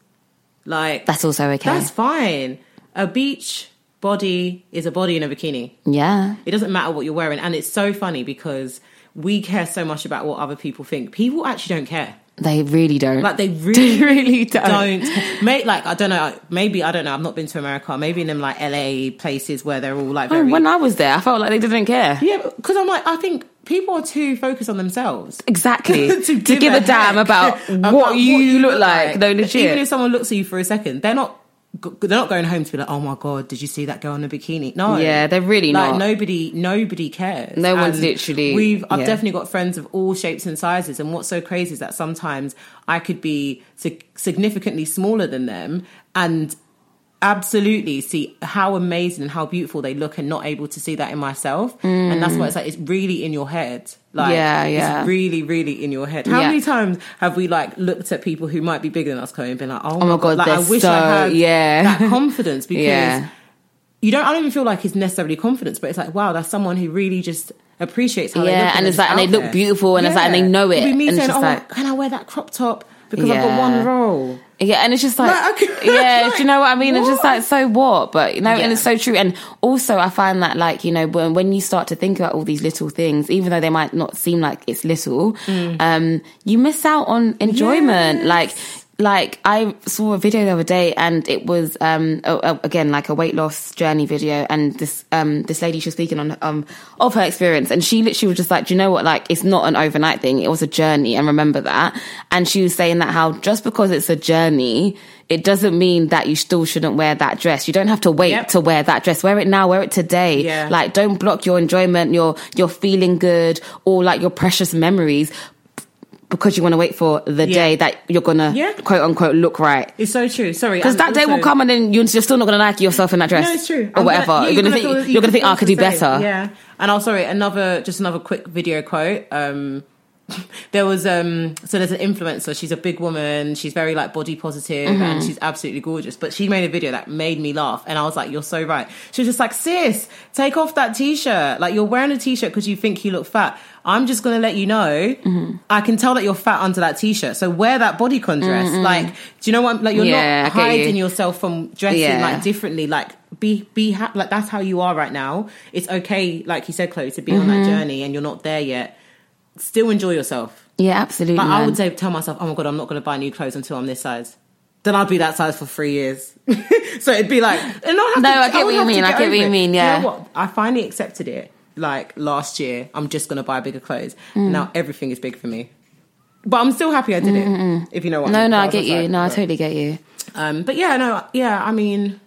like
That's also okay.
that's fine. A beach body is a body in a bikini.
yeah.
It doesn't matter what you're wearing, and it's so funny because we care so much about what other people think. People actually don't care.
They really don't. <laughs>
Like they really,
really don't.
don't. May, like I don't know. Maybe I don't know. I've not been to America. Maybe in them like LA places where they're all like very.
Oh, when I was there, I felt like they didn't care.
yeah, because I'm like I think people are too focused on themselves.
Exactly. <laughs> to,
<laughs>
give a, damn <laughs>
heck
about
<laughs>
what, you, look like. No,
Even if
legit.
someone looks at you for a second, they're not. g- They're not going home to be like, oh my god, did you see that girl in a bikini? No,
Yeah, they're really
like
not.
nobody, nobody cares.
No one's
And
literally-
We've, I've
yeah.
definitely got friends of all shapes and sizes, and what's so crazy is that sometimes I could be sig- significantly smaller than them, and absolutely see how amazing and how beautiful they look and not able to see that in myself and that's why it's like it's really in your head like
Yeah, yeah.
it's really really in your head how
Yeah.
many times have we like looked at people who might be bigger than us Chloe, and been like oh,
Oh
my
my
god,
god,
like,
they're
i wish
so
i had
yeah.
that confidence
<laughs>
because
Yeah.
you don't i don't even feel like it's necessarily confidence but it's like wow that's someone who really just appreciates how they
Yeah,
look
and
they're
it's
just
like- and they
out
look
there.
beautiful, and it's like- and they know it,
It'd be me
and it's
saying
just
oh
like-
can i wear that crop top because i've got
Yeah.
one roll
Yeah, and it's just like,
Like,
<laughs>
I could-
yeah,
like,
do you know what I mean? It's just
what?
like, so what? But you know,
Yeah.
and it's so true. And also, I find that like you know, when when you start to think about all these little things, even though they might not seem like it's little, um, you miss out on enjoyment.
Yes.
Like. Like I saw a video the other day, and it was um a, a- again like a weight loss journey video, and this um this lady she was speaking on um of her experience, and she literally was just like, do you know what? Like it's not an overnight thing; it was a journey, and remember that. And she was saying that how just because it's a journey, it doesn't mean that you still shouldn't wear that dress. You don't have to wait
Yep.
to wear that dress. Wear it now. Wear it today.
Yeah.
Like don't block your enjoyment, your your feeling good, or like your precious memories because you want to wait for the
Yeah.
day that you're gonna
Yeah.
quote unquote look right.
It's so true. Sorry,
Because that day will come and then you're you're still not gonna like yourself in that dress.
No, it's true.
Or
I'm
whatever.
yeah,
you're, gonna,
feel-
think
you
you're gonna think
feel
oh, I could do
the same.
better.
Yeah. And I'll sorry, another just another quick video quote. Um, <laughs> there was um so there's an influencer. She's a big woman. She's very like body positive
Mm-hmm.
and she's absolutely gorgeous. But she made a video that made me laugh, and I was like, "You're so right." She was just like, "Sis, take off that t-shirt. Like you're wearing a t-shirt because you think you look fat. I'm just gonna let you know.
Mm-hmm.
I can tell that you're fat under that t-shirt. So wear that bodycon dress. Like, do you know what? I'm, like you're
Yeah, I
not
get you.
hiding yourself from dressing
Yeah.
like differently. Like be be ha- like that's how you are right now. It's okay, like you said, Chloe, to be on
Mm-hmm.
that journey and you're not there yet. Still enjoy yourself.
Yeah, absolutely.
Like, I
man.
would say, tell myself, oh my god, I'm not going to buy new clothes until I'm this size. Then I'll be that size for three years. <laughs> so it'd be like, and I'll have
No,
to-
I get
would
what you
have to
mean, I get
over
what you
it.
mean,
know
yeah.
what? I finally accepted it. Like last year, I'm just going to buy bigger clothes.
Mm.
Now everything is big for me. But I'm still happy I did it. If you know what? I
Mm-hmm. no,
mean.
no, I
was
get
just
you.
like,
No, I
"Look."
totally get you.
Um, but yeah, no, yeah, I mean,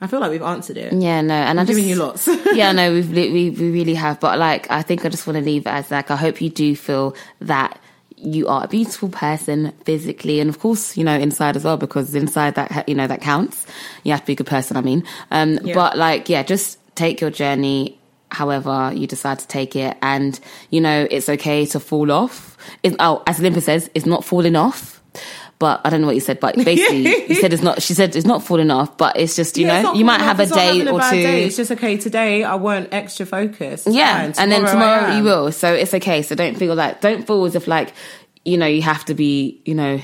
I feel like we've answered it.
Yeah, no, and I just
Giving you lots.
<laughs> yeah,
<laughs>
no, we've, li- we we really have. But like, I think I just want to leave it as like, I hope you do feel that you are a beautiful person physically and of course you know inside as well because inside that you know that counts you have to be a good person i mean um
Yeah.
but like yeah just take your journey however you decide to take it and you know it's okay to fall off it, oh as Olympia says it's not falling off but I don't know what you said,
<laughs>
but basically you said it's not. She said it's not falling off, but it's just you
Yeah, it's
know
not
you might
falling off,
have a
it's not
day
having
or
bad
two.
day. It's just okay. Today I weren't extra focused. It's
Yeah,
fine.
and then
I
tomorrow you
am.
will. So it's okay. So don't feel like don't feel as if like you know you have to be you know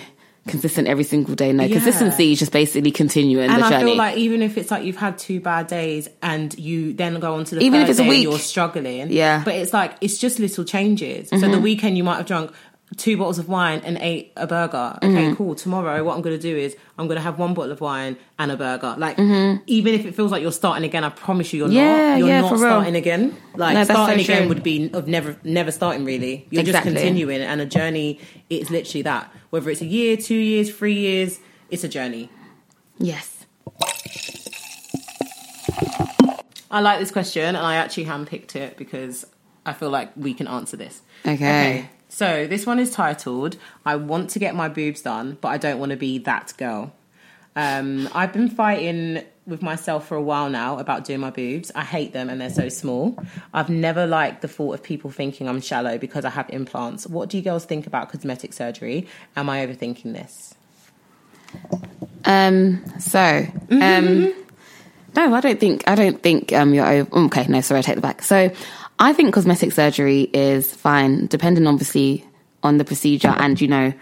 consistent every single day. No,
Yeah.
consistency is just basically continuing
And
the
I
journey.
feel like even if it's like you've had two bad days and you then go on to the
Even
third
if it's a
day and
week.
you're struggling.
Yeah. Mm-hmm.
But it's like it's just little changes. So the weekend you might have drunk two bottles of wine and ate a burger. Okay,
Mm-hmm.
cool. Tomorrow what I'm gonna do is I'm gonna have one bottle of wine and a burger. Like even if it feels like you're starting again, I promise you you're
Mm-hmm. Yeah,
not. You're
yeah,
not
for real.
starting again. Like
No, that's so
starting again
true.
would be of never never starting really. You're
Exactly.
just continuing and a journey it's literally that. Whether it's a year, two years, three years, it's a journey.
yes.
I like this question, and I actually handpicked it because I feel like we can answer this.
Okay.
So this one is titled "I want to get my boobs done, but I don't want to be that girl." Um, I've been fighting with myself for a while now about doing my boobs. I hate them and they're so small. I've never liked the thought of people thinking I'm shallow because I have implants. What do you girls think about cosmetic surgery? Am I overthinking this?
Um. So.
Mm-hmm.
Um. No, I don't think I don't think um you're over. mm, Okay, no, sorry, I take the back. So, I think cosmetic surgery is fine, depending obviously on the procedure and you know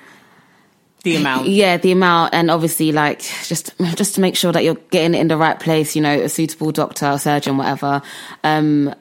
The amount.
Yeah, the amount, and obviously, like just just to make sure that you're getting it in the right place. You know, a suitable doctor, or surgeon, whatever. Um,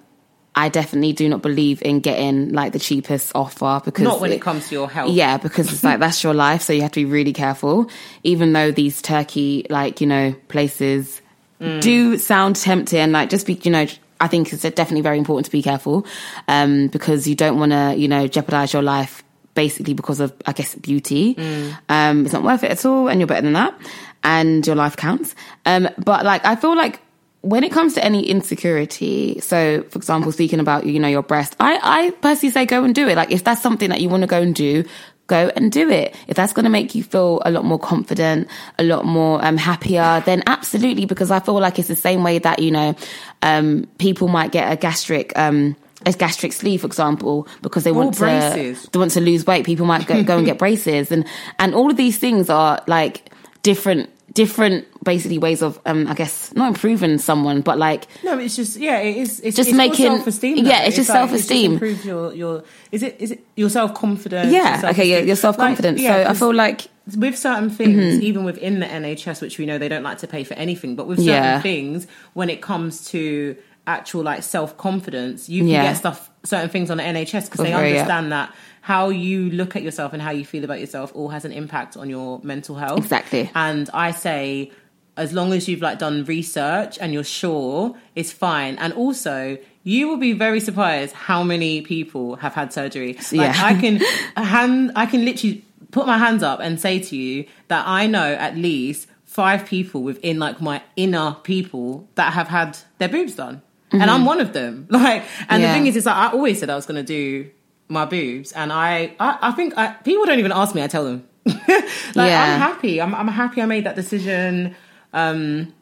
I definitely do not believe in getting like the cheapest offer because
Not when it comes to your health.
Yeah, because it's like that's your life, so you have to be really careful. Even though these Turkey, like you know, places
Mm.
do sound tempting, like just be, you know. I think it's definitely very important to be careful um, because you don't want to, you know, jeopardize your life basically because of, I guess, beauty.
Mm.
Um, it's not worth it at all, and you're better than that, and your life counts. Um, but like, I feel like when it comes to any insecurity, so for example, speaking about you know your breast, I I personally say go and do it. Like if that's something that you want to go and do, go and do it. If that's going to make you feel a lot more confident, a lot more um happier, then absolutely. Because I feel like it's the same way that you know um people might get a gastric um a gastric sleeve, for example, because they want
braces.
to they want to lose weight. People might go, go and <laughs> get braces, and and all of these things are like different different basically ways of um I guess not improving someone, but like
No, it's just yeah, it is. It's
Just
it's all
making-
self-esteem.
yeah,
though.
it's just
like,
self-esteem.
It just improves your your is it is it your self confidence?
yeah, okay, yeah, you're self confident. so I feel like
with certain things,
Mm-hmm.
even within the NHS, which we know they don't like to pay for anything, but with certain
Yeah.
things, when it comes to actual like self confidence, you can
Yeah.
get stuff certain things on the NHS because they
Before, yeah.
understand that how you look at yourself and how you feel about yourself all has an impact on your mental health.
Exactly.
And I say, as long as you've like done research and you're sure, it's fine. And also, you will be very surprised how many people have had surgery. Like,
yeah.
I
<laughs>
can hand, I can literally put my hands up and say to you that I know at least five people within like my inner people that have had their boobs done, and I'm one of them. <laughs> Like, and
Mm-hmm. Yeah.
the thing is, is like I always said I was going to do my boobs, and I, I, I think I, people don't even ask me. I tell them. <laughs> like
Yeah.
I'm happy. I'm, I'm happy. I made that decision. Um,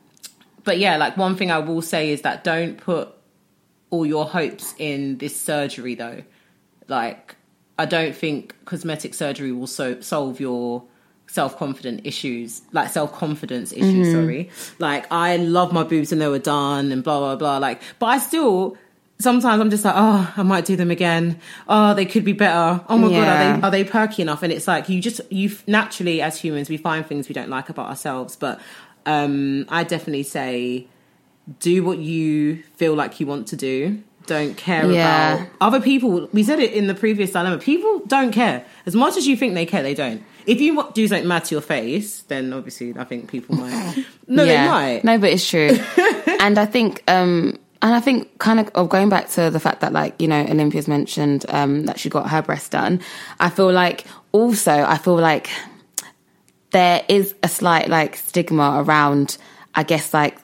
but yeah, like one thing I will say is that don't put all your hopes in this surgery though like i don't think cosmetic surgery will so- solve your self-confident issues like self-confidence issues sorry like i love my boobs and they were done and blah blah blah like but i still sometimes i'm just like oh i might do them again oh they could be better oh my
Yeah.
god are they are they perky enough and it's like you just you f- naturally as humans we find things we don't like about ourselves but um i definitely say do what you feel like you want to do. Don't care
Yeah.
about other people. We said it in the previous dilemma. People don't care as much as you think they care. They don't. If you wa- do something mad to your face, then obviously I think people
<laughs>
might. No, they might.
No, but it's true.
<laughs>
and I think, um, and I think kind of, of going back to the fact that like, you know, Olympia's mentioned, um, that she got her breast done. I feel like also, I feel like there is a slight like stigma around, I guess, like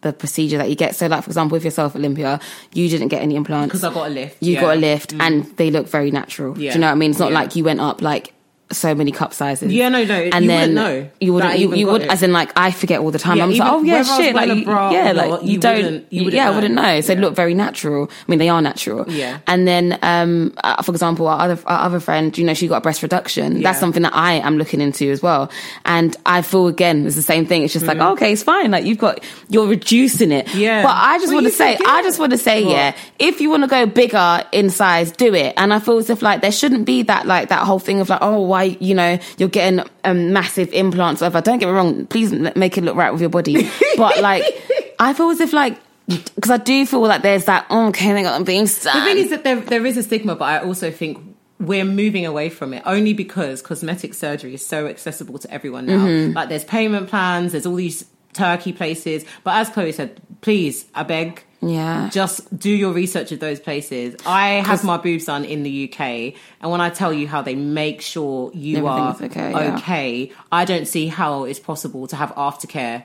the procedure that you get. So, like for example, with yourself, Olympia, you didn't get any implants
'Cause I got a lift,
You
yeah. Mm.
got a lift, and they look very natural.
Yeah.
Do you know what I mean? It's not
Yeah.
like you went up like so many cup sizes.
Yeah, no, no,
And
you
then
wouldn't know
you
that I
would, you,
even
you
got
would,
it.
as in like I forget all the time.
Yeah,
I'm just like,
even
oh yeah,
whether I was
shit, like
wearing a
you-
bra or
yeah,
not,
like
you
you don't,
wouldn't- you wouldn't
yeah, I
know.
wouldn't know. So they
Yeah.
look very natural. I mean, they are natural.
Yeah.
And then, um, uh, for example, our other our other friend, you know, she got a breast reduction. That's
Yeah.
something that I am looking into as well. And I feel again, it's the same thing. It's just like, "Oh, okay, it's fine. Like you've got, you're reducing it.
Mm. Yeah.
But I just
Well,
want to
you
say,
can get
I
it.
just want to say,
What?
yeah, if you want to go bigger in size, do it. And I feel as if like there shouldn't be that like that whole thing of like, oh, why you know you're getting um, massive implants. Whatever. Don't get me wrong. Please m- make it look right with your body. But like, I feel as if like because I do feel like there's that oh, okay, they got being
The thing
sad.
is that there, there is a stigma, but I also think we're moving away from it only because cosmetic surgery is so accessible to everyone now.
Mm-hmm.
Like there's payment plans, there's all these turkey places. But as Chloe said, please, I beg.
Yeah.
Just do your research at those places. I have my boobs done in the UK, and when I tell you how they make sure you are
Everything's okay, yeah.
okay, I don't see how it's possible to have aftercare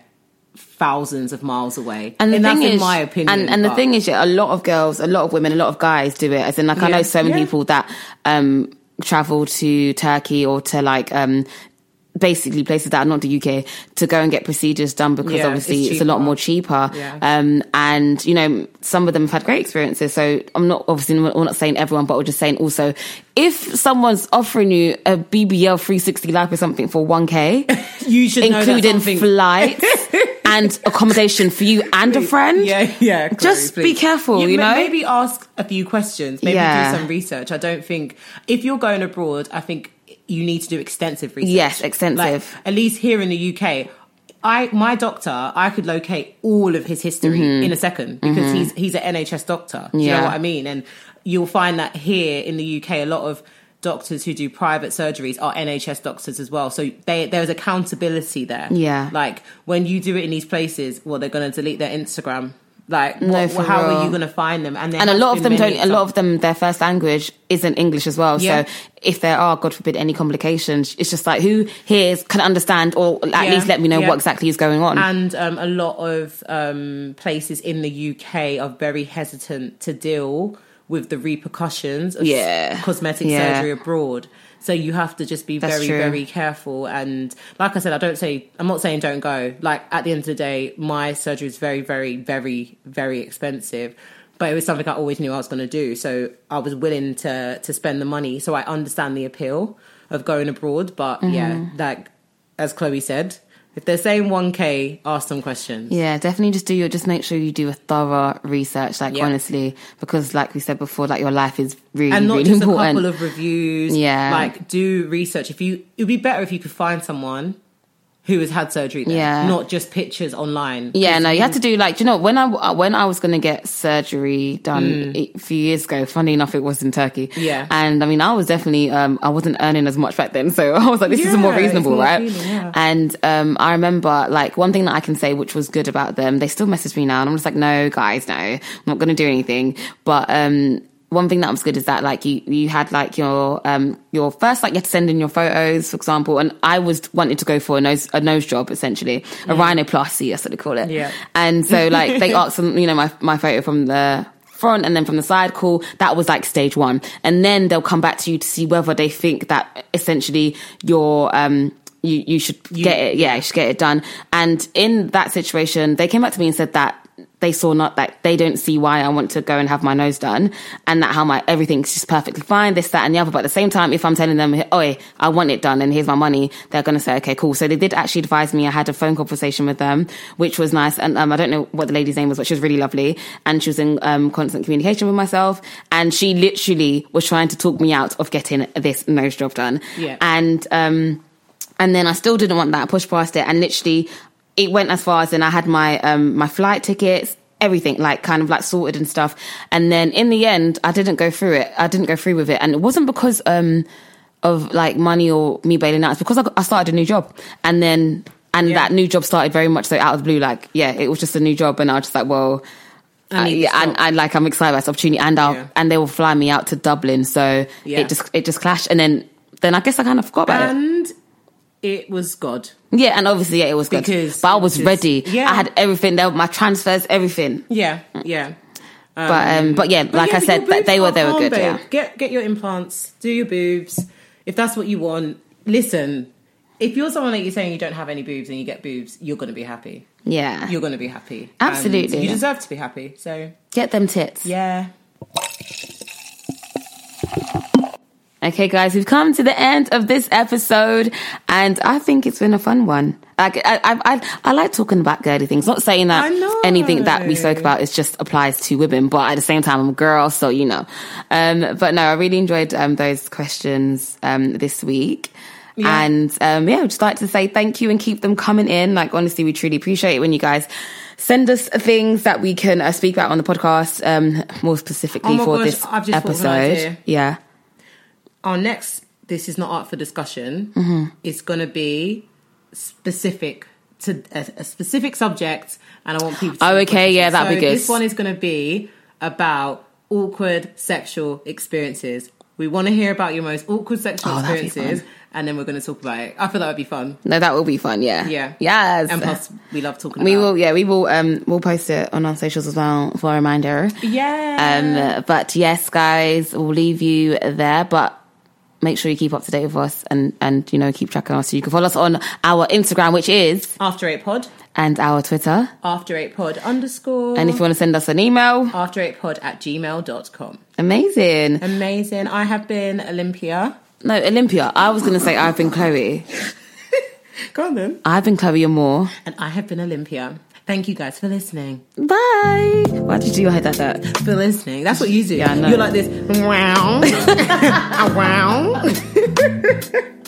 thousands of miles away.
And the
that's
thing
in
is,
my opinion.
and, and the
but-
thing is, yeah, a lot of girls, a lot of women, a lot of guys do it. As in, like, I
Yeah.
know so many
Yeah.
people that um travel to Turkey or to like um basically places that are not the UK to go and get procedures done because
Yeah,
obviously
it's
it's, a lot
cheaper.
more cheaper.
Yeah.
Um, and you know, some of them have had great experiences. So I'm not obviously we're not saying everyone, but we're just saying also if someone's offering you a BBL 360 life or something for
<laughs>
1k.
you should know that
including
something-
flights and accommodation for you and a friend.
<laughs> Yeah, yeah. Chloe,
Just be
please.
careful, you
ma-
know?
Maybe ask a few questions. Maybe
Yeah.
do some research. I don't think if you're going abroad, I think you need to do extensive research.
Yes, extensive.
Like, at least here in the UK, I my doctor, I could locate all of his history in a second because he's he's an NHS doctor. Do you
Mm-hmm. Yeah.
know what I mean? And you'll find that here in the UK, a lot of doctors who do private surgeries are NHS doctors as well. So they, there's accountability there.
Yeah.
Like when you do it in these places, well, they're going to delete their Instagram. Like,
No,
what,
for
how
real.
are you going to find them? there
and a
has
lot of
been
them don't
many
a lot of them their first language isn't english as well
Yeah.
so if there are god forbid any complications it's just like who hears can understand or at
Yeah,
least let me know
yeah.
what exactly is going on
and um, a lot of um, places in the UK are very hesitant to deal with the repercussions of
Yeah.
cosmetic
Yeah.
surgery abroad. So you have to just be
That's
very,
true.
very careful. And like I said, I don't say I'm not saying don't go. Like at the end of the day, my surgery is very, very, very, very expensive. But it was something I always knew I was going to do, so I was willing to to spend the money. So I understand the appeal of going abroad. But yeah,
Mm-hmm.
like as Chloe said, if they're saying 1K, ask some questions.
yeah definitely just do your just make sure you do a thorough research like
Yeah.
honestly because like we said before like your life is really
and not
really
just a
important
couple of reviews.
Yeah.
like do research. If you, it'd be better if you could find someone who has had surgery. There,
Yeah.
not just pictures online.
Yeah, no, you had to do like, do you know, when I uh, when I was going to get surgery done a few years ago, funny enough, it was in Turkey.
Mm. Yeah.
and I mean, I was definitely um, I wasn't earning as much back then, so <laughs> I was like, this is
Yeah,
more
it's
reasonable,
more
right?
appealing, yeah.
And um, I remember like one thing that I can say, which was good about them, they still message me now, and I'm just like, no, guys, no, I'm not going to do anything. But um, one thing that was good is that like you you had like your um your first like you had to send in your photos, for example, and I was wanting to go for a nose a nose job essentially, a rhinoplasty, that's what they call it.
Yeah.
And so like they asked them, you know, my my photo from the front and then from the side call that was like stage one and then they'll come back to you to see whether they think that essentially your um you you should get it yeah you should get it done and in that situation they came back to me and said that they saw not that they don't see why I want to go and have my nose done and that how my everything's just perfectly fine this that and the other but at the same time if I'm telling them oh I want it done and here's my money they're going to say okay cool so they did actually advise me I had a phone conversation with them which was nice and um, I don't know what the lady's name was but she was really lovely and she was in um, constant communication with myself and she literally was trying to talk me out of getting this nose job done
Yeah.
and um and then I still didn't want that. I pushed past it and literally it went as far as and I had my um my flight tickets, everything like kind of like sorted and stuff. And then in the end I didn't go through it. I didn't go through with it. And it wasn't because um of like money or me bailing out. It's because I, got- I started a new job and then and
Yeah.
that new job started very much so out of the blue. Like yeah, it was just a new job and I was just like, well,
I
I-
need
yeah,
this
and
job.
I like I'm excited about this opportunity, and I'll,
Yeah.
and they will fly me out to Dublin. So
Yeah.
it just it just clashed, and then then I guess I kind of forgot about it.
And it was God.
Yeah, and obviously, yeah, it was good.
Because
but I
it
was
just-
ready.
yeah.
I had everything. There, were my transfers, everything.
Yeah, yeah.
but um, Mm. but yeah, like
Yeah,
I
but
said,
your
that
boobs
they were
are
they were
calm,
good.
babe.
Yeah.
Get get your implants, do your boobs. If that's what you want, listen. If you're someone that you're saying you don't have any boobs and you get boobs, you're going to be happy.
Yeah.
You're going to be happy.
Absolutely.
And you deserve to be happy. So,
Get them tits.
yeah.
Okay, guys, we've come to the end of this episode, and I think it's been a fun one. Like, I, I, I, I like talking about girly things. Not saying
I
that
know.
anything that we spoke about is just applies to women, but at the same time, I'm a girl, so you know. Um, but no, I really enjoyed um, those questions um, this week. And um, yeah, I'd just like to say thank you and keep them coming in. Like, honestly, we truly appreciate it when you guys send us things that we can uh, speak about on the podcast, um, more specifically
Oh my
for
gosh,
this
I've just thought of
episode.
an idea.
Yeah.
Our next, this is not art for discussion,
Mm-hmm.
is going to be specific to a, a specific subject. And I want people to.
Oh,
send
okay, yeah,
questions.
that'd
So
be good.
This one is going to be about awkward sexual experiences. We want to hear about your most awkward sexual
Oh, that'd be
experiences, and then we're going to talk about it. I feel that would be fun.
No, that will be fun. Yeah.
Yeah.
Yes.
And plus, we love talking
we
about
will. Yeah, we will. Um, we'll post it on our socials as well for a reminder. Um,
Yeah.
but yes, guys, we'll leave you there. But make sure you keep up to date with us and and you know keep track of us. So you can follow us on our Instagram, which is
after 8 pod.
and our Twitter.
After 8 pod underscore.
And if you want to send us an email,
after 8 pod at gmail.com.
amazing.
Amazing. I have been Olympia.
No, Olympia. I was gonna say I've been Chloe.
Go on then.
I've been Chloe and more.
And I have been Olympia. Thank you guys for listening.
Bye. Why did you do your head like that?
For listening. That's what you do.
Yeah, I know.
You're like this. Wow. wow.